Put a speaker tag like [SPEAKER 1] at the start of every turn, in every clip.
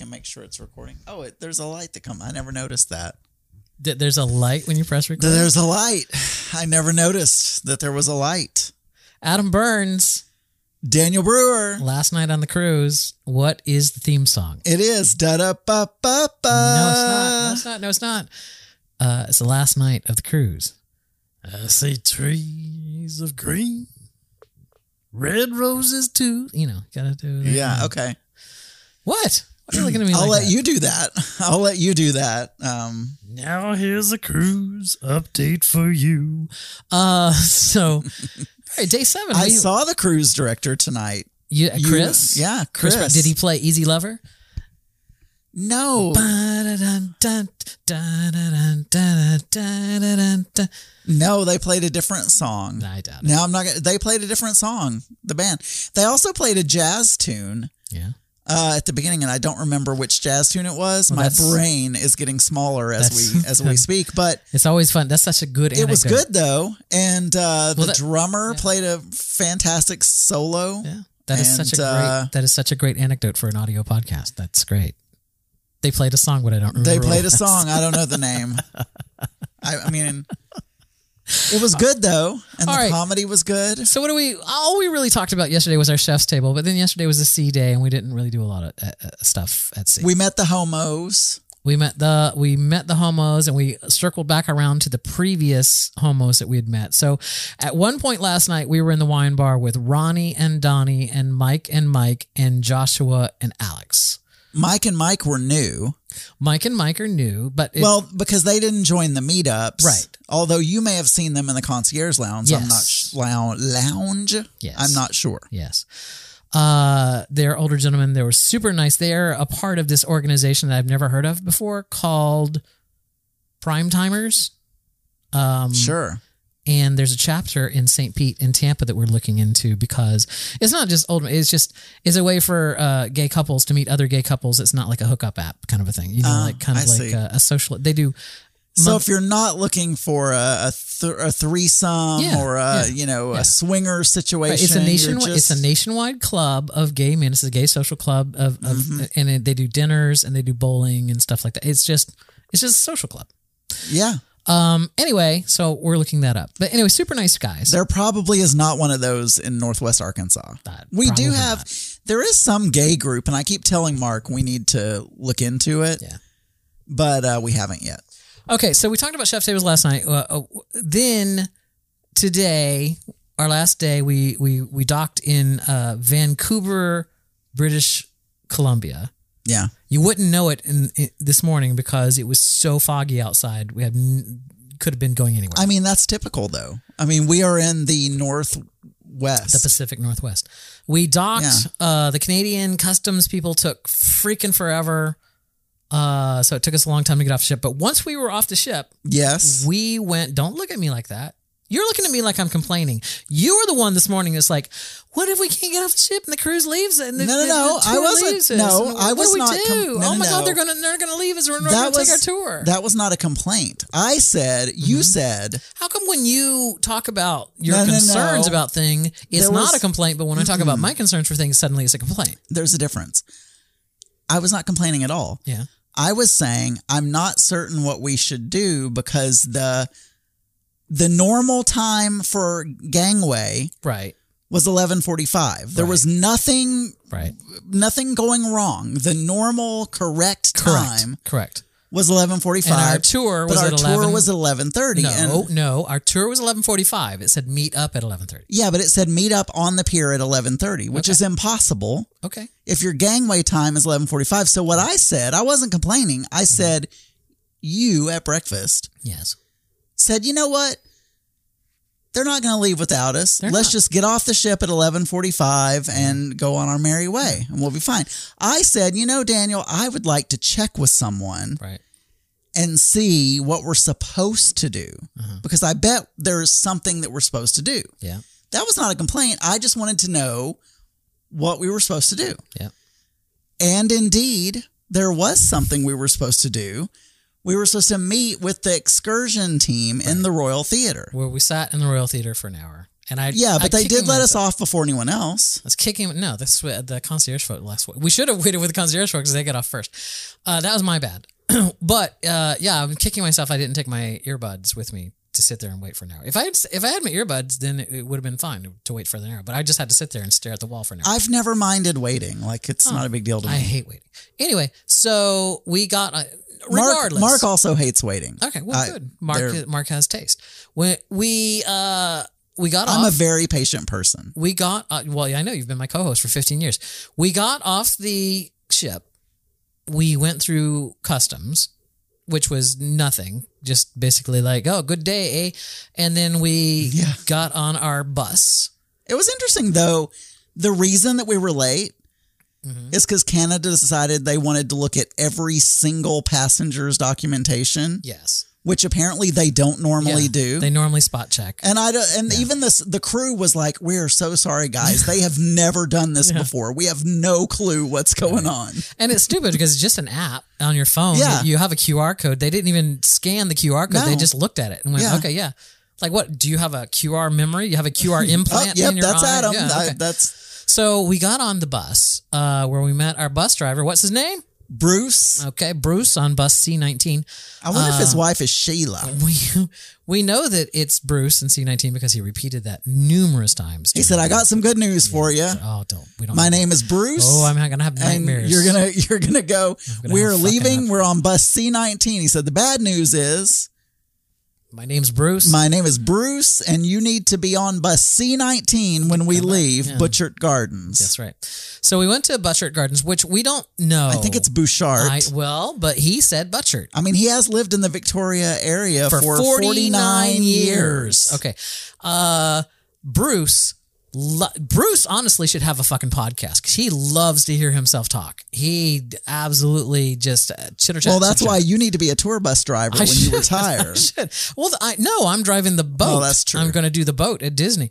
[SPEAKER 1] and make sure it's recording. Oh, it, there's a light that come. I never noticed that.
[SPEAKER 2] Th- There's a light when you press record.
[SPEAKER 1] There's a light. I never noticed that there was a light.
[SPEAKER 2] Adam Burns,
[SPEAKER 1] Daniel Brewer.
[SPEAKER 2] last night on the cruise. What is the theme song?
[SPEAKER 1] It is da da ba ba ba.
[SPEAKER 2] no, it's not. No, it's not. No, it's not. Uh, it's the last night of the cruise. I see trees of green, red roses too. You know, gotta do. that.
[SPEAKER 1] Yeah. Okay.
[SPEAKER 2] What? What are you looking at me?
[SPEAKER 1] I'll
[SPEAKER 2] like
[SPEAKER 1] let
[SPEAKER 2] that?
[SPEAKER 1] you do that. I'll let you do that. Um,
[SPEAKER 2] Now here's a cruise update for you. Uh, so all right, day seven.
[SPEAKER 1] I
[SPEAKER 2] We-
[SPEAKER 1] saw the cruise director tonight.
[SPEAKER 2] you, uh,
[SPEAKER 1] You-
[SPEAKER 2] Chris.
[SPEAKER 1] yeah,
[SPEAKER 2] Chris.
[SPEAKER 1] Chris.
[SPEAKER 2] Did he play Easy Lover?
[SPEAKER 1] No,
[SPEAKER 2] Ba-da-dun, dun, da-da-dun, da-da-dun, da-da-dun.
[SPEAKER 1] no, they played a different song.
[SPEAKER 2] I doubt it.
[SPEAKER 1] Now I'm not. Gonna, they played a different song. The band. They also played a jazz tune
[SPEAKER 2] Yeah,
[SPEAKER 1] uh, at the beginning, and I don't remember which jazz tune it was.
[SPEAKER 2] Well,
[SPEAKER 1] My
[SPEAKER 2] that's-
[SPEAKER 1] brain is getting smaller as
[SPEAKER 2] That's-
[SPEAKER 1] we as we speak, but
[SPEAKER 2] it's always fun. That's such a good.
[SPEAKER 1] it was
[SPEAKER 2] anecdote.
[SPEAKER 1] good though. And uh, the
[SPEAKER 2] that-
[SPEAKER 1] drummer
[SPEAKER 2] yeah.
[SPEAKER 1] played a fantastic solo.
[SPEAKER 2] Yeah, that is such a
[SPEAKER 1] And, uh,
[SPEAKER 2] great. That is such a great anecdote for an audio podcast. That's great. They played a song, but I don't remember.
[SPEAKER 1] They played
[SPEAKER 2] what
[SPEAKER 1] a
[SPEAKER 2] it was.
[SPEAKER 1] song. I don't know the name. I, I mean, it was good though, and
[SPEAKER 2] All
[SPEAKER 1] the
[SPEAKER 2] right.
[SPEAKER 1] comedy was good.
[SPEAKER 2] So what do we? All we really talked about yesterday was our chef's table, but then yesterday was a sea day, and we didn't really do a lot of uh, uh, stuff at sea.
[SPEAKER 1] We met the homos.
[SPEAKER 2] We met the we met the homos and we circled back around to the previous homos that we had met. So at one point last night we were in the wine bar with Ronnie and Donnie and Mike and Mike and Joshua and Alex.
[SPEAKER 1] Mike and Mike were new.
[SPEAKER 2] Mike and Mike are new, but it-
[SPEAKER 1] well, because they didn't join the meetups,
[SPEAKER 2] Right.
[SPEAKER 1] Although you may have seen them in the concierge lounge. I'm not
[SPEAKER 2] Yes.
[SPEAKER 1] sh- lou- lounge.
[SPEAKER 2] Yes.
[SPEAKER 1] I'm not sure.
[SPEAKER 2] Yes. Uh, they're older gentlemen. They were super nice. They're a part of this organization that I've never heard of before called Prime Timers. Um,
[SPEAKER 1] Sure.
[SPEAKER 2] and there's a chapter in St. Pete in Tampa that we're looking into because it's not just old. It's just it's a way for uh, gay couples to meet other gay couples. It's not like a hookup app kind of a thing. You know,
[SPEAKER 1] Ah,
[SPEAKER 2] like kind of
[SPEAKER 1] I
[SPEAKER 2] like
[SPEAKER 1] see.
[SPEAKER 2] a, a social. They do
[SPEAKER 1] So
[SPEAKER 2] month-
[SPEAKER 1] if you're not looking for a a, th- a threesome
[SPEAKER 2] Yeah,
[SPEAKER 1] or a
[SPEAKER 2] yeah,
[SPEAKER 1] you know
[SPEAKER 2] yeah.
[SPEAKER 1] a swinger situation,
[SPEAKER 2] Right, It's a
[SPEAKER 1] you're
[SPEAKER 2] nation. It's a
[SPEAKER 1] just-
[SPEAKER 2] nationwide club of gay men. It's a gay social club of, of
[SPEAKER 1] Mm-hmm.
[SPEAKER 2] and it, they do dinners and they do bowling and stuff like that. It's just it's just a social club.
[SPEAKER 1] Yeah,
[SPEAKER 2] Um. Anyway, so we're looking that up. But anyway, super nice guys.
[SPEAKER 1] there probably is not one of those in Northwest Arkansas.
[SPEAKER 2] That-
[SPEAKER 1] we do
[SPEAKER 2] probably
[SPEAKER 1] have. There is some gay group, and I keep telling Mark we need to look into it.
[SPEAKER 2] Yeah.
[SPEAKER 1] but uh, we haven't yet.
[SPEAKER 2] Okay, so we talked about chef tables last night. Uh, uh, then today, our last day, we we we docked in uh, Vancouver, British Columbia.
[SPEAKER 1] Yeah,
[SPEAKER 2] You wouldn't know it in, in this morning because it was so foggy outside. We had n- could have been going anywhere.
[SPEAKER 1] I mean that's typical though. I mean we are in the
[SPEAKER 2] the
[SPEAKER 1] Northwest.
[SPEAKER 2] Pacific Northwest. We docked. Uh, the Canadian customs people took freaking forever. Uh, so it took us a long time to get off the ship. But once we were off the ship,
[SPEAKER 1] yes,
[SPEAKER 2] we went don't look at me like that you're looking at me like i'm complaining you were the one this morning that's like what if we can't get off the ship and the cruise leaves and the,
[SPEAKER 1] No, no,
[SPEAKER 2] the-
[SPEAKER 1] no,
[SPEAKER 2] the
[SPEAKER 1] I
[SPEAKER 2] tour
[SPEAKER 1] wasn't-
[SPEAKER 2] leaves us?
[SPEAKER 1] no,
[SPEAKER 2] And
[SPEAKER 1] I
[SPEAKER 2] what
[SPEAKER 1] was
[SPEAKER 2] do we
[SPEAKER 1] not
[SPEAKER 2] do
[SPEAKER 1] com- no,
[SPEAKER 2] oh
[SPEAKER 1] no,
[SPEAKER 2] my god
[SPEAKER 1] no.
[SPEAKER 2] they're gonna they're gonna leave us and we're not gonna take our tour
[SPEAKER 1] That was not a complaint. I said you
[SPEAKER 2] Mm-hmm.
[SPEAKER 1] said
[SPEAKER 2] how come when you talk about your
[SPEAKER 1] No, no, no.
[SPEAKER 2] concerns about thing it's
[SPEAKER 1] There
[SPEAKER 2] not
[SPEAKER 1] was-
[SPEAKER 2] a complaint but when i talk about my concerns for things suddenly it's a complaint
[SPEAKER 1] there's a difference. I was not complaining at all.
[SPEAKER 2] yeah
[SPEAKER 1] I was saying I'm not certain what we should do because the the normal time for gangway
[SPEAKER 2] right
[SPEAKER 1] was 11:45. There was nothing
[SPEAKER 2] right
[SPEAKER 1] nothing going wrong. The normal correct
[SPEAKER 2] correct
[SPEAKER 1] time
[SPEAKER 2] correct
[SPEAKER 1] was 11:45.
[SPEAKER 2] And our tour
[SPEAKER 1] but
[SPEAKER 2] was
[SPEAKER 1] our
[SPEAKER 2] at
[SPEAKER 1] tour
[SPEAKER 2] 11
[SPEAKER 1] was 11:30
[SPEAKER 2] no
[SPEAKER 1] and
[SPEAKER 2] no our tour was 11.45 it said meet up at 11.30
[SPEAKER 1] yeah, but it said meet up on the pier at 11:30, which is impossible
[SPEAKER 2] okay
[SPEAKER 1] if your gangway time is 11:45. So what I said, I wasn't complaining.
[SPEAKER 2] Mm-hmm.
[SPEAKER 1] I said you at breakfast
[SPEAKER 2] yes
[SPEAKER 1] said, "You know what? They're not going to leave without us.
[SPEAKER 2] They're
[SPEAKER 1] Let's
[SPEAKER 2] not.
[SPEAKER 1] just get off the ship at 11:45 and go on our merry way and we'll be fine." I said, "You know, Daniel, I would like to check with someone
[SPEAKER 2] right
[SPEAKER 1] and see what we're supposed to do
[SPEAKER 2] Mm-hmm.
[SPEAKER 1] because I bet there's something that we're supposed to do."
[SPEAKER 2] Yeah.
[SPEAKER 1] That was not a complaint. I just wanted to know what we were supposed to do.
[SPEAKER 2] Yeah.
[SPEAKER 1] And indeed, there was something we were supposed to do. We were supposed to meet with the excursion team in the Royal Theater.
[SPEAKER 2] Where we sat in the Royal Theater for an hour. And I
[SPEAKER 1] Yeah,
[SPEAKER 2] I
[SPEAKER 1] but they
[SPEAKER 2] kick
[SPEAKER 1] did
[SPEAKER 2] him
[SPEAKER 1] let us
[SPEAKER 2] myself.
[SPEAKER 1] off before anyone else.
[SPEAKER 2] Let's kick him. No, that's what the concierge vote last week. We should have waited with the concierge vote because they got off first. Uh, that was my bad. but uh, yeah, I'm kicking myself. I didn't take my earbuds with me to sit there and wait for an hour. If I had, if I had my earbuds, then it, it would have been fine to wait for an hour. But I just had to sit there and stare at the wall for an hour.
[SPEAKER 1] I've never minded waiting. Like it's not a big deal to
[SPEAKER 2] I
[SPEAKER 1] me.
[SPEAKER 2] hate waiting. Anyway, so we got uh, regardless.
[SPEAKER 1] Mark, Mark also hates waiting.
[SPEAKER 2] okay, well,
[SPEAKER 1] I-
[SPEAKER 2] good. Mark
[SPEAKER 1] they're-
[SPEAKER 2] Mark has taste. When we uh we got
[SPEAKER 1] I'm
[SPEAKER 2] off.
[SPEAKER 1] a very patient person.
[SPEAKER 2] we got uh, well yeah, i know you've been my co-host for 15 years we got off the ship we went through customs which was nothing just basically like oh good day eh? and then we
[SPEAKER 1] Yeah.
[SPEAKER 2] got on our bus
[SPEAKER 1] It was interesting though. The reason that we were late
[SPEAKER 2] Mm-hmm.
[SPEAKER 1] is because Canada decided they wanted to look at every single passenger's documentation,
[SPEAKER 2] yes
[SPEAKER 1] which apparently they don't normally
[SPEAKER 2] Yeah.
[SPEAKER 1] do.
[SPEAKER 2] they normally spot check
[SPEAKER 1] and I don't- and even this the crew was like, "We are so sorry, guys. They have never done this before. We have no clue what's going on."
[SPEAKER 2] and it's stupid because it's just an app on your phone
[SPEAKER 1] Yeah.
[SPEAKER 2] you have a qr code they didn't even scan the qr
[SPEAKER 1] No.
[SPEAKER 2] code they just looked at it and went
[SPEAKER 1] Yeah.
[SPEAKER 2] okay yeah like what do you have a qr memory you have a qr implant
[SPEAKER 1] oh, yep,
[SPEAKER 2] in your
[SPEAKER 1] that's
[SPEAKER 2] eye?
[SPEAKER 1] Adam.
[SPEAKER 2] Yeah,
[SPEAKER 1] I-
[SPEAKER 2] okay.
[SPEAKER 1] that's
[SPEAKER 2] So we got on the bus uh, where we met our bus driver. What's his name?
[SPEAKER 1] Bruce.
[SPEAKER 2] Okay, Bruce on bus C19.
[SPEAKER 1] I wonder if
[SPEAKER 2] Uh,
[SPEAKER 1] his wife is Sheila.
[SPEAKER 2] We we know that it's Bruce in C19 because he repeated that numerous times.
[SPEAKER 1] He said, "I got some good news for you.
[SPEAKER 2] "Oh, don't we don't."
[SPEAKER 1] My name is Bruce."
[SPEAKER 2] Oh, I'm gonna have
[SPEAKER 1] and
[SPEAKER 2] nightmares.
[SPEAKER 1] you're gonna you're gonna go.
[SPEAKER 2] gonna
[SPEAKER 1] we're
[SPEAKER 2] have fucking
[SPEAKER 1] leaving. We're on bus C nineteen. He said the bad news is
[SPEAKER 2] My name's Bruce.
[SPEAKER 1] my name is Bruce, and you need to be on bus C nineteen when we leave Butchert Gardens.
[SPEAKER 2] That's right. So we went to Butchert Gardens, which we don't know.
[SPEAKER 1] I think it's Bouchard. I,
[SPEAKER 2] Oh. I, well, but he said Butchert.
[SPEAKER 1] mean, he has lived in the Victoria area for, 49 years.
[SPEAKER 2] Okay. Uh, Bruce. Lo- Bruce honestly should have a fucking podcast 'cause he loves to hear himself talk. He d- absolutely just uh, chitter chatter.
[SPEAKER 1] Well, that's why you need to be a tour bus driver when
[SPEAKER 2] should-
[SPEAKER 1] you retire.
[SPEAKER 2] Well, th- I no, I'm driving the boat.
[SPEAKER 1] Oh, that's true.
[SPEAKER 2] I'm going to do the boat at Disney.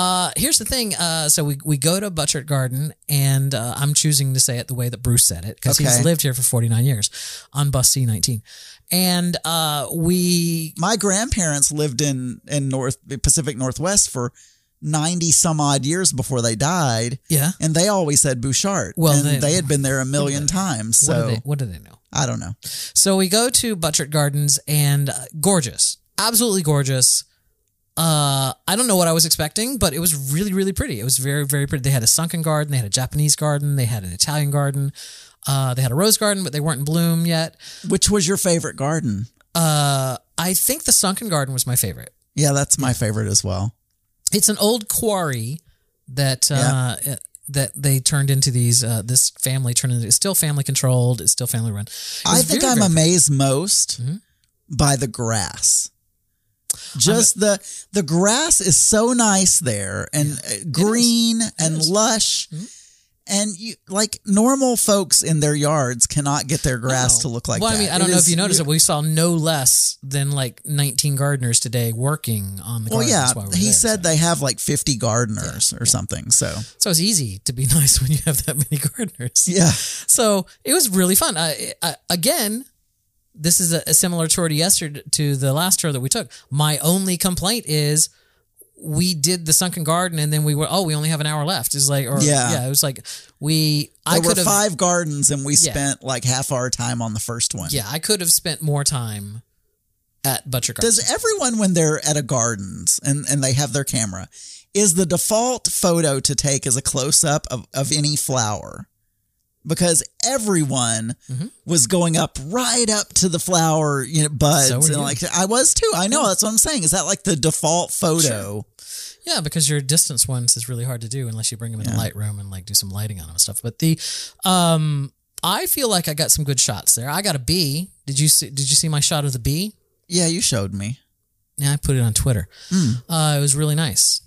[SPEAKER 2] Uh, here's the thing. Uh, so we, we go to Butchert Garden, and uh, I'm choosing to say it the way that Bruce said it because he's
[SPEAKER 1] Okay.
[SPEAKER 2] lived here for 49 years on bus C19. And uh, we
[SPEAKER 1] My grandparents lived in in North Pacific Northwest for 90 some odd years before they died.
[SPEAKER 2] yeah.
[SPEAKER 1] And they always said Bouchard.
[SPEAKER 2] Well,
[SPEAKER 1] and
[SPEAKER 2] they-
[SPEAKER 1] they, had been there a million times.
[SPEAKER 2] What, do
[SPEAKER 1] So
[SPEAKER 2] they, what do they know?
[SPEAKER 1] I don't know.
[SPEAKER 2] So we go to Butchert Gardens and uh, gorgeous, absolutely gorgeous. Uh, I don't know what I was expecting, but it was really, really pretty. It was very, very pretty. They had a sunken garden, they had a Japanese garden, they had an Italian garden, uh, they had a rose garden, but they weren't in bloom yet.
[SPEAKER 1] Which was your favorite garden?
[SPEAKER 2] Uh, I think the sunken garden was my favorite.
[SPEAKER 1] Yeah, that's my favorite as well.
[SPEAKER 2] It's an old quarry that uh, that they turned into these. Uh, this family turned into. It's still family controlled. It's still family run. It
[SPEAKER 1] I
[SPEAKER 2] was
[SPEAKER 1] think
[SPEAKER 2] very, Mm-hmm.
[SPEAKER 1] I'm
[SPEAKER 2] very
[SPEAKER 1] amazed most by the grass. Just the the grass is so nice there and uh, green and lush.
[SPEAKER 2] Mm-hmm.
[SPEAKER 1] And you like normal folks in their yards cannot get their grass
[SPEAKER 2] No.
[SPEAKER 1] to look like
[SPEAKER 2] well,
[SPEAKER 1] that.
[SPEAKER 2] I mean, I
[SPEAKER 1] It
[SPEAKER 2] don't know
[SPEAKER 1] is-
[SPEAKER 2] if you noticed it. We saw no less than like 19 gardeners today working on the
[SPEAKER 1] Well,
[SPEAKER 2] gardens
[SPEAKER 1] yeah,
[SPEAKER 2] while we were
[SPEAKER 1] he
[SPEAKER 2] there,
[SPEAKER 1] said they have like 50 gardeners or something. So,
[SPEAKER 2] So. so it's easy to be nice when you have that many gardeners.
[SPEAKER 1] yeah.
[SPEAKER 2] So it was really fun. I, I, again, this is a, a similar tour to yesterday to the last tour that we took. My only complaint is we did the sunken garden and then we were oh we only have an hour left. It's like or yeah,
[SPEAKER 1] Yeah.
[SPEAKER 2] it was like we I
[SPEAKER 1] There were
[SPEAKER 2] could have
[SPEAKER 1] five gardens and we
[SPEAKER 2] Yeah.
[SPEAKER 1] spent like half our time on the first one.
[SPEAKER 2] yeah I could have spent more time at Butcher Garden.
[SPEAKER 1] Does everyone when they're at a gardens and, and they have their camera, is the default photo to take is a close up of, of any flower? Because everyone
[SPEAKER 2] Mm-hmm.
[SPEAKER 1] was going up right up to the flower you know, buds
[SPEAKER 2] So were
[SPEAKER 1] and
[SPEAKER 2] you.
[SPEAKER 1] like I was too. I know that's what I'm saying. Is that like the default photo?
[SPEAKER 2] Yeah, because your distance ones is really hard to do unless you bring them in the Lightroom and like do some lighting on them and stuff. But the, um, I feel like I got some good shots there. I got a bee. Did you see? Did you see my shot of the bee?
[SPEAKER 1] Yeah, you showed me. Hmm.
[SPEAKER 2] Yeah, I put it on Twitter. Uh, it was really nice.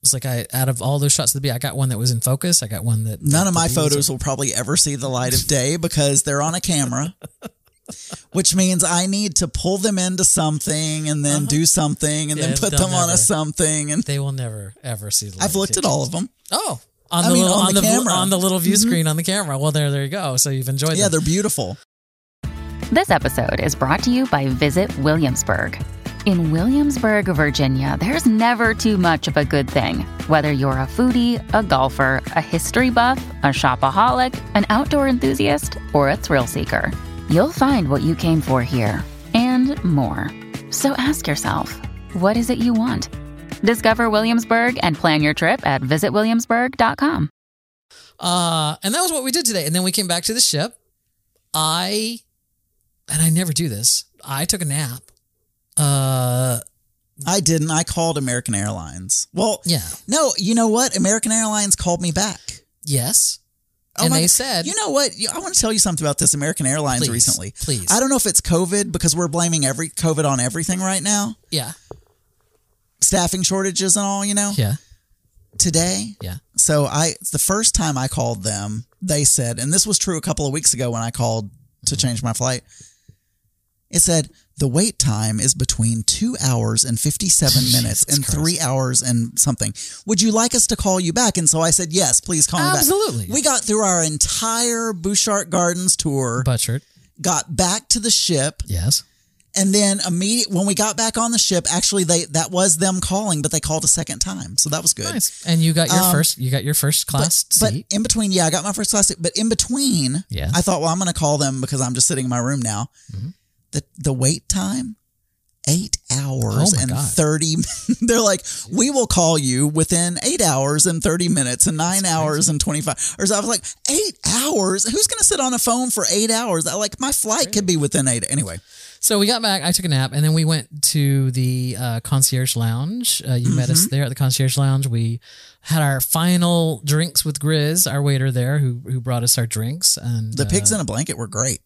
[SPEAKER 2] It's like I out of all those shots of the bee, I got one that was in focus. I got one that
[SPEAKER 1] None of
[SPEAKER 2] the
[SPEAKER 1] my
[SPEAKER 2] bee was-
[SPEAKER 1] photos will probably ever see the light of day because they're on a camera. Which means I need to pull them into something and then do something and
[SPEAKER 2] Uh-huh. Yeah,
[SPEAKER 1] then put
[SPEAKER 2] they'll
[SPEAKER 1] them on a
[SPEAKER 2] never-
[SPEAKER 1] something and
[SPEAKER 2] They will never ever see the.
[SPEAKER 1] I've
[SPEAKER 2] light.
[SPEAKER 1] looked at all of them.
[SPEAKER 2] Oh, on
[SPEAKER 1] I
[SPEAKER 2] the
[SPEAKER 1] mean,
[SPEAKER 2] little,
[SPEAKER 1] on
[SPEAKER 2] on,
[SPEAKER 1] the
[SPEAKER 2] the,
[SPEAKER 1] camera. Mm-hmm.
[SPEAKER 2] on the little view screen on the camera. Well, there there you go. So you've enjoyed.
[SPEAKER 1] Yeah,
[SPEAKER 2] them.
[SPEAKER 1] they're beautiful.
[SPEAKER 3] This episode is brought to you by Visit Williamsburg. In Williamsburg, Virginia, there's never too much of a good thing. Whether you're a foodie, a golfer, a history buff, a shopaholic, an outdoor enthusiast, or a thrill seeker, you'll find what you came for here and more. So ask yourself, what is it you want? Discover Williamsburg and plan your trip at visitwilliamsburg.com.
[SPEAKER 2] Uh, and that was what we did today. And then we came back to the ship. I, and I never do this, I took a nap. Uh,
[SPEAKER 1] I didn't. I called American Airlines. Well,
[SPEAKER 2] Yeah.
[SPEAKER 1] No, you know what? American Airlines called me back.
[SPEAKER 2] yes.
[SPEAKER 1] Oh
[SPEAKER 2] and
[SPEAKER 1] my-
[SPEAKER 2] they said,
[SPEAKER 1] You know what? You- I want to tell you something about this American Airlines
[SPEAKER 2] Please,
[SPEAKER 1] recently.
[SPEAKER 2] please.
[SPEAKER 1] I don't know if it's COVID because we're blaming every COVID on everything right now.
[SPEAKER 2] yeah,
[SPEAKER 1] Staffing shortages and all, you know.
[SPEAKER 2] yeah,
[SPEAKER 1] Today,
[SPEAKER 2] yeah.
[SPEAKER 1] so I it's the first time I called them, they said, and this was true a couple of weeks ago when I called to change my flight. It said the wait time is between two hours and fifty-seven minutes and three hours and something. Would you like us to call you back? And so I said, yes, please call me
[SPEAKER 2] Absolutely.
[SPEAKER 1] back. We got through our entire Bouchard Gardens tour,
[SPEAKER 2] Butchered.
[SPEAKER 1] got back to the ship,
[SPEAKER 2] Yes.
[SPEAKER 1] and then immediate when we got back on the ship, actually they that was them calling, but they called a second time, so that was good. Um,
[SPEAKER 2] Nice. And you got your first, you got your first class
[SPEAKER 1] But
[SPEAKER 2] seat.
[SPEAKER 1] in between, yeah, I got my first class. seat, But in between,
[SPEAKER 2] Yeah. Mm-hmm.
[SPEAKER 1] I thought, well, I'm going to call them because I'm just sitting in my room now. The the wait time, eight hours
[SPEAKER 2] Oh my
[SPEAKER 1] and
[SPEAKER 2] God.
[SPEAKER 1] thirty. min- They're like, we will call you within eight hours and thirty minutes and nine hours and twenty five. Or so I was like, eight hours? Who's going to sit on a phone for eight hours? I like my flight could be within eight. Anyway,
[SPEAKER 2] So we got back. I took a nap, and then we went to the uh, concierge lounge. Uh, you met
[SPEAKER 1] Mm-hmm.
[SPEAKER 2] us there at the concierge lounge. We had our final drinks with Grizz, our waiter there, who who brought us our drinks. And
[SPEAKER 1] the
[SPEAKER 2] uh,
[SPEAKER 1] pigs in a blanket were great.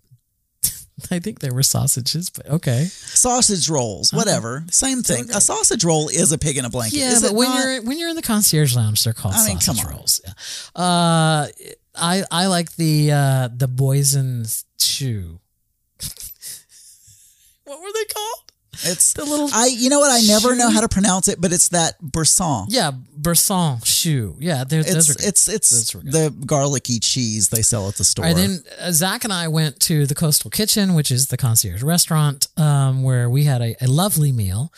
[SPEAKER 2] I think they were sausages, but okay.
[SPEAKER 1] Sausage rolls, whatever, same thing. A sausage roll is a pig in a blanket.
[SPEAKER 2] Uh-huh. Yeah,
[SPEAKER 1] is
[SPEAKER 2] but
[SPEAKER 1] it
[SPEAKER 2] when
[SPEAKER 1] not?
[SPEAKER 2] you're when you're in the concierge lounge, they're called
[SPEAKER 1] I mean,
[SPEAKER 2] sausage
[SPEAKER 1] come on.
[SPEAKER 2] rolls. Yeah. Uh, I I like the uh, the boysen chew. what were they called?
[SPEAKER 1] It's
[SPEAKER 2] The little
[SPEAKER 1] I you know what I never know how to pronounce it, but it's that Brisson.
[SPEAKER 2] yeah, Brisson shoe. Yeah, they're,
[SPEAKER 1] It's
[SPEAKER 2] those are
[SPEAKER 1] it's it's
[SPEAKER 2] Those were good.
[SPEAKER 1] the garlicky cheese they sell at the store.
[SPEAKER 2] All right, then uh, Zach and I went to the Coastal Kitchen, which is the concierge restaurant, um, where we had a, a lovely meal.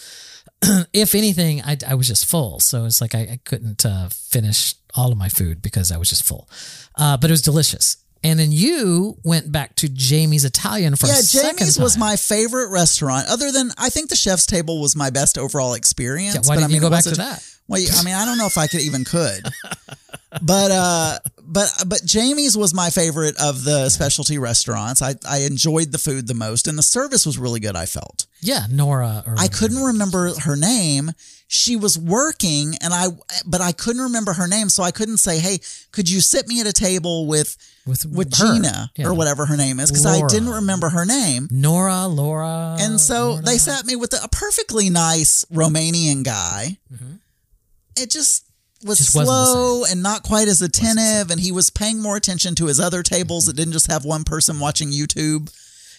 [SPEAKER 2] if anything, I, I was just full, so it's like I, I couldn't uh, finish all of my food because I was just full. Uh, but it was delicious. And then you went back to Jamie's Italian for a
[SPEAKER 1] yeah,
[SPEAKER 2] second
[SPEAKER 1] Jamie's was
[SPEAKER 2] time.
[SPEAKER 1] my favorite restaurant. Other than I think the chef's table was my best overall experience.
[SPEAKER 2] Yeah, why
[SPEAKER 1] but I
[SPEAKER 2] didn't
[SPEAKER 1] mean,
[SPEAKER 2] you go
[SPEAKER 1] it
[SPEAKER 2] back
[SPEAKER 1] was a-
[SPEAKER 2] to that?
[SPEAKER 1] Well, I mean, I don't know if I could even could. But uh, but but Jamie's was my favorite of the specialty restaurants. I I enjoyed the food the most, and the service was really good. I felt.
[SPEAKER 2] Yeah, Nora. Or
[SPEAKER 1] I couldn't remember her name. She was working and I but I couldn't remember her name, so I couldn't say, "Hey, could you sit me at a table with
[SPEAKER 2] with
[SPEAKER 1] with
[SPEAKER 2] her.
[SPEAKER 1] Gina
[SPEAKER 2] Yeah.
[SPEAKER 1] or whatever her name is?" cuz I
[SPEAKER 2] Laura.
[SPEAKER 1] didn't remember her name.
[SPEAKER 2] Nora, Laura,
[SPEAKER 1] And so
[SPEAKER 2] Lorna.
[SPEAKER 1] they sat me with a perfectly nice Romanian guy. It just was
[SPEAKER 2] Mm-hmm. Just wasn't the
[SPEAKER 1] slow and not quite as attentive, and he was paying more attention to his other tables that didn't just have one person watching YouTube.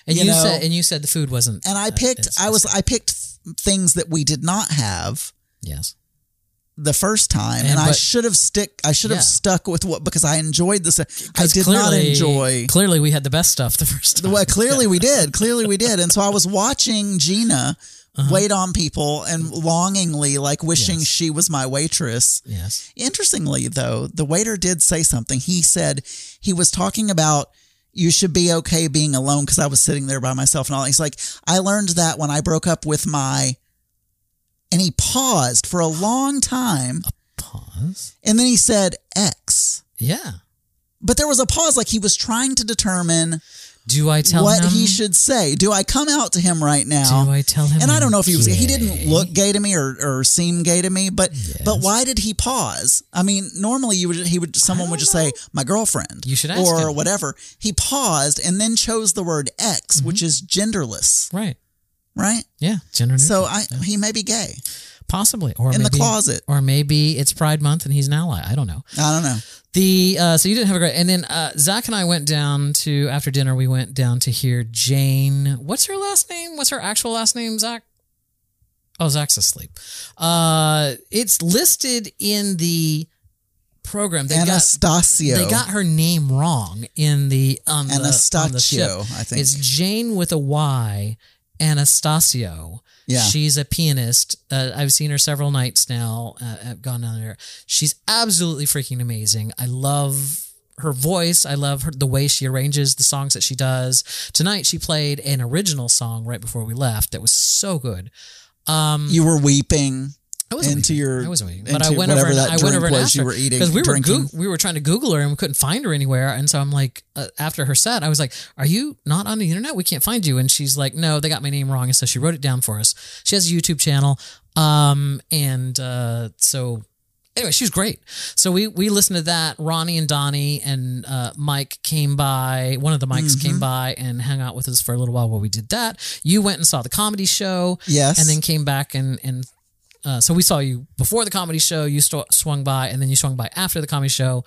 [SPEAKER 2] and
[SPEAKER 1] you
[SPEAKER 2] you,
[SPEAKER 1] know-
[SPEAKER 2] said and you said the food wasn't.
[SPEAKER 1] And I
[SPEAKER 2] uh,
[SPEAKER 1] picked,
[SPEAKER 2] it's-
[SPEAKER 1] I was, I picked th- things that we did not have.
[SPEAKER 2] yes.
[SPEAKER 1] the first time, and,
[SPEAKER 2] And
[SPEAKER 1] I
[SPEAKER 2] but-
[SPEAKER 1] should have stick. I should have
[SPEAKER 2] Yeah.
[SPEAKER 1] stuck with what because I enjoyed this. I
[SPEAKER 2] 'Cause
[SPEAKER 1] did not enjoy.
[SPEAKER 2] Clearly, we had the best stuff the first time.
[SPEAKER 1] Well, clearly we did. Clearly we did. And so I was watching Gina wait on people and longingly, like wishing
[SPEAKER 2] Uh-huh. Yes.
[SPEAKER 1] she was my waitress.
[SPEAKER 2] Yes.
[SPEAKER 1] Interestingly, though, the waiter did say something. He said he was talking about you should be okay being alone because I was sitting there by myself and all. He's like, I learned that when I broke up with my. And he paused for a long time.
[SPEAKER 2] Pause.
[SPEAKER 1] And then he said X.
[SPEAKER 2] Yeah.
[SPEAKER 1] But there was a pause, like he was trying to determine
[SPEAKER 2] Do I tell
[SPEAKER 1] what
[SPEAKER 2] him?
[SPEAKER 1] he should say. Do I come out to him right now?
[SPEAKER 2] Do I tell him?
[SPEAKER 1] and I don't know if he was he
[SPEAKER 2] gay?
[SPEAKER 1] didn't look gay to me or, or seem gay to me, but but why did he pause? I mean, normally you would he would someone would just say my girlfriend,
[SPEAKER 2] You should ask
[SPEAKER 1] or
[SPEAKER 2] him.
[SPEAKER 1] whatever. He paused and then chose the word X,
[SPEAKER 2] Mm-hmm.
[SPEAKER 1] which is genderless,
[SPEAKER 2] Right.
[SPEAKER 1] right?
[SPEAKER 2] Yeah. Gender.
[SPEAKER 1] So
[SPEAKER 2] neutral.
[SPEAKER 1] I he may be gay.
[SPEAKER 2] possibly or
[SPEAKER 1] in the
[SPEAKER 2] maybe-
[SPEAKER 1] closet.
[SPEAKER 2] or maybe it's Pride Month and he's an ally. I don't know.
[SPEAKER 1] I don't know.
[SPEAKER 2] The uh, so you didn't have a great. And then uh, Zach and I went down to after dinner. We went down to hear Jane. What's her last name? What's her actual last name? Zach. Oh, Zach's asleep. Uh, it's listed in the program. They got
[SPEAKER 1] Anastasio.
[SPEAKER 2] They got her name wrong in the on the, on the ship.
[SPEAKER 1] Anastasio, I think.
[SPEAKER 2] It's Jane with a Y Anastasio.
[SPEAKER 1] Yeah.
[SPEAKER 2] She's a pianist. Uh, I've seen her several nights now. Uh, I've gone down there. She's absolutely freaking amazing. I love her voice. I love her, the way she arranges the songs that she does. Tonight, she played an original song right before we left that was so good. Um,
[SPEAKER 1] You were weeping
[SPEAKER 2] I wasn't
[SPEAKER 1] into
[SPEAKER 2] leaving.
[SPEAKER 1] your
[SPEAKER 2] I wasn't leaving. But
[SPEAKER 1] into
[SPEAKER 2] I went over
[SPEAKER 1] whatever
[SPEAKER 2] and,
[SPEAKER 1] that
[SPEAKER 2] I went
[SPEAKER 1] drink
[SPEAKER 2] over and
[SPEAKER 1] was
[SPEAKER 2] asked
[SPEAKER 1] you
[SPEAKER 2] her
[SPEAKER 1] were eating
[SPEAKER 2] because we were
[SPEAKER 1] drinking.
[SPEAKER 2] Goo- we were trying to Google her and we couldn't find her anywhere. And so I'm like, uh, after her set, I was like, "Are you not on the internet? We can't find you." And she's like, "No, they got my name wrong." And so she wrote it down for us. She has a YouTube channel, um, and uh, so anyway, she was great. So we we listened to that. Ronnie and Donnie and uh, Mike came by. One of the mics
[SPEAKER 1] Mm-hmm.
[SPEAKER 2] came by and hung out with us for a little while while we did that. You went and saw the comedy show
[SPEAKER 1] Yes.
[SPEAKER 2] and then came back and and uh, so we saw you before the comedy show. You st- swung by, and then you swung by after the comedy show,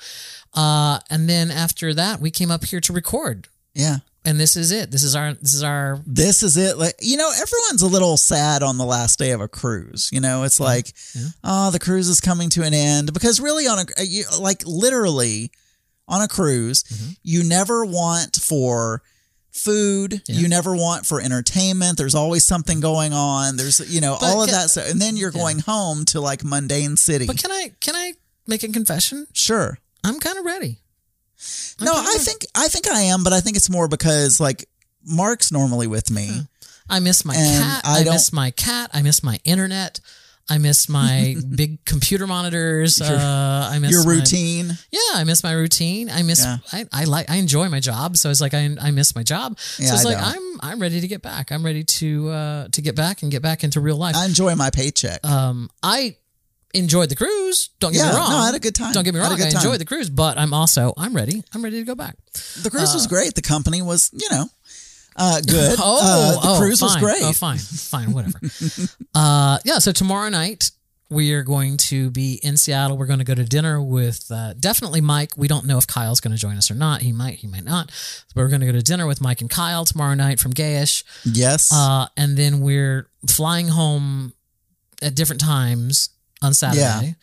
[SPEAKER 2] uh, and then after that, we came up here to record.
[SPEAKER 1] yeah.
[SPEAKER 2] And this is it. This is our. This is our.
[SPEAKER 1] this is it. Like you know, everyone's a little sad on the last day of a cruise. You know, it's like, oh, the cruise is coming to an end because really on a uh, you, like literally on a cruise,
[SPEAKER 2] Mm-hmm.
[SPEAKER 1] you never want for food you never want for entertainment there's always something going on there's you know
[SPEAKER 2] But
[SPEAKER 1] all of
[SPEAKER 2] ca-
[SPEAKER 1] that stuff and then you're going home to like mundane city
[SPEAKER 2] But can I? Can I make a confession?
[SPEAKER 1] sure
[SPEAKER 2] I'm kind of ready.
[SPEAKER 1] no i think i think i am but i think it's more because like mark's normally with me
[SPEAKER 2] I miss my
[SPEAKER 1] And
[SPEAKER 2] cat.
[SPEAKER 1] I
[SPEAKER 2] I,
[SPEAKER 1] don't-
[SPEAKER 2] miss my cat. I miss my internet. I miss my big computer monitors. uh, I miss
[SPEAKER 1] your
[SPEAKER 2] my-
[SPEAKER 1] routine
[SPEAKER 2] Yeah, I miss my routine. I miss
[SPEAKER 1] Yeah.
[SPEAKER 2] I, I like I enjoy my job, so it's like I I miss my job.
[SPEAKER 1] Yeah,
[SPEAKER 2] so it's
[SPEAKER 1] I
[SPEAKER 2] like
[SPEAKER 1] know.
[SPEAKER 2] I'm I'm ready to get back. I'm ready to uh to get back and get back into real life.
[SPEAKER 1] i enjoy my paycheck
[SPEAKER 2] um I enjoyed the cruise. Don't get
[SPEAKER 1] Yeah,
[SPEAKER 2] me wrong.
[SPEAKER 1] no, I had a good time.
[SPEAKER 2] Don't get me
[SPEAKER 1] I had a
[SPEAKER 2] wrong.
[SPEAKER 1] good
[SPEAKER 2] I
[SPEAKER 1] time.
[SPEAKER 2] enjoyed the cruise, but I'm also I'm ready. I'm ready to go back.
[SPEAKER 1] The cruise was great. The company was, you know, uh, good.
[SPEAKER 2] Uh, Oh,
[SPEAKER 1] Uh, the
[SPEAKER 2] oh,
[SPEAKER 1] cruise was
[SPEAKER 2] fine.
[SPEAKER 1] great.
[SPEAKER 2] Oh, fine, fine, whatever. uh, yeah. So tomorrow night we are going to be in Seattle. We're going to go to dinner with uh, definitely Mike. We don't know if Kyle's going to join us or not. He might. He might not. But we're going to go to dinner with Mike and Kyle tomorrow night from Gayish,
[SPEAKER 1] Yes,
[SPEAKER 2] uh, and then we're flying home at different times on Saturday.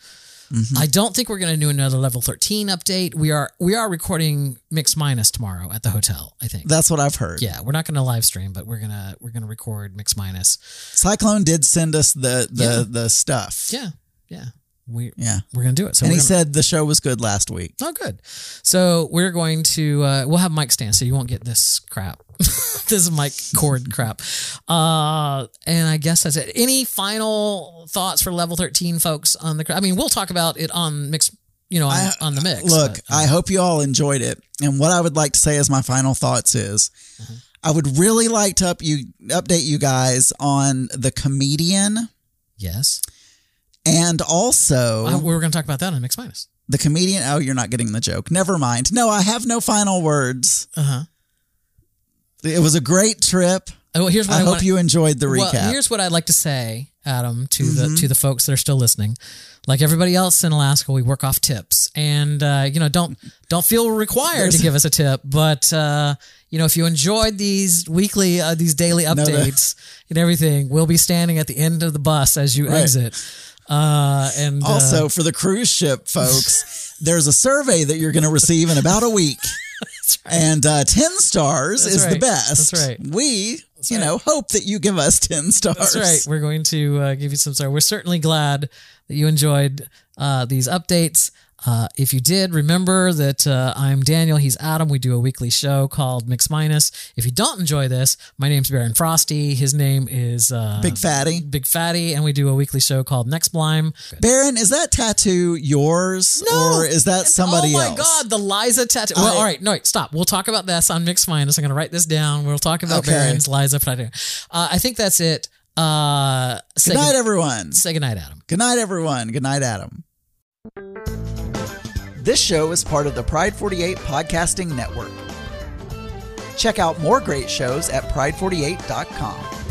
[SPEAKER 1] Mm-hmm.
[SPEAKER 2] I don't think we're going to do another level 13 update. We are we are recording Mix Minus tomorrow at the hotel, I think.
[SPEAKER 1] that's what I've heard.
[SPEAKER 2] Yeah, we're not going to live stream, but we're gonna we're gonna record mix minus.
[SPEAKER 1] Cyclone did send us the the
[SPEAKER 2] Yeah.
[SPEAKER 1] the stuff.
[SPEAKER 2] Yeah, yeah, we
[SPEAKER 1] yeah.
[SPEAKER 2] we're gonna do it. So
[SPEAKER 1] and
[SPEAKER 2] we're
[SPEAKER 1] he
[SPEAKER 2] gonna,
[SPEAKER 1] said the show was good last week.
[SPEAKER 2] "Oh, good." So we're going to uh, we'll have mic stand, so you won't get this crap, this mic cord crap. Uh, and I guess that's it. Any final thoughts for level thirteen folks on the? cra- I mean, we'll talk about it on mix. You know, on,
[SPEAKER 1] I-
[SPEAKER 2] on the mix.
[SPEAKER 1] Look,
[SPEAKER 2] but, uh,
[SPEAKER 1] I hope you all enjoyed it. And what I would like to say as my final thoughts is,
[SPEAKER 2] Mm-hmm.
[SPEAKER 1] I would really like to up you update you guys on the comedian
[SPEAKER 2] yes,
[SPEAKER 1] and also
[SPEAKER 2] Uh, we we're gonna talk about that on mix minus.
[SPEAKER 1] the comedian. Oh, you're not getting the joke. Never mind. No, I have no final words.
[SPEAKER 2] Uh huh.
[SPEAKER 1] It was a great trip.
[SPEAKER 2] Oh, here's what
[SPEAKER 1] I,
[SPEAKER 2] I,
[SPEAKER 1] hope
[SPEAKER 2] want,
[SPEAKER 1] you enjoyed the recap. Mm-hmm.
[SPEAKER 2] Well, here's what I'd like to say, Adam, to the to the folks that are still listening. Like everybody else in Alaska, we work off tips, and uh, you know don't don't feel required to give us a tip. But uh, you know if you enjoyed these weekly uh, these daily
[SPEAKER 1] the-
[SPEAKER 2] updates and everything, we'll be standing at the end of the bus as you
[SPEAKER 1] Right.
[SPEAKER 2] exit. Uh, and uh,
[SPEAKER 1] Also, for the cruise ship folks, there's a survey that you're going to receive in about a week. And uh, 10 stars
[SPEAKER 2] That's
[SPEAKER 1] is the
[SPEAKER 2] right.
[SPEAKER 1] best.
[SPEAKER 2] That's right.
[SPEAKER 1] We, you know, hope that you give us 10 stars.
[SPEAKER 2] That's right. We're going to uh, give you some sorry. We're certainly glad that you enjoyed uh, these updates. Uh, if you did, remember that uh, I'm Daniel. He's Adam. We do a weekly show called Mix Minus. If you don't enjoy this, my name's Baron Frosty. His name is uh,
[SPEAKER 1] Big fatty.
[SPEAKER 2] Big Fatty, and we do a weekly show called Next Blime.
[SPEAKER 1] Baron, is that tattoo yours or is that somebody
[SPEAKER 2] oh my
[SPEAKER 1] else?
[SPEAKER 2] god, the Liza tattoo. Well,
[SPEAKER 1] I-
[SPEAKER 2] all right, no, wait, stop. We'll talk about this on Mixed Minus. I'm going to write this down. We'll talk about
[SPEAKER 1] Okay.
[SPEAKER 2] Baron's Liza tattoo. Uh, I think that's it. Uh, say
[SPEAKER 1] Good night, everyone.
[SPEAKER 2] Say goodnight, Adam.
[SPEAKER 1] Good night, everyone. Good night, Adam. This show is part of the Pride 48 Podcasting Network. Check out more great shows at pride48.com.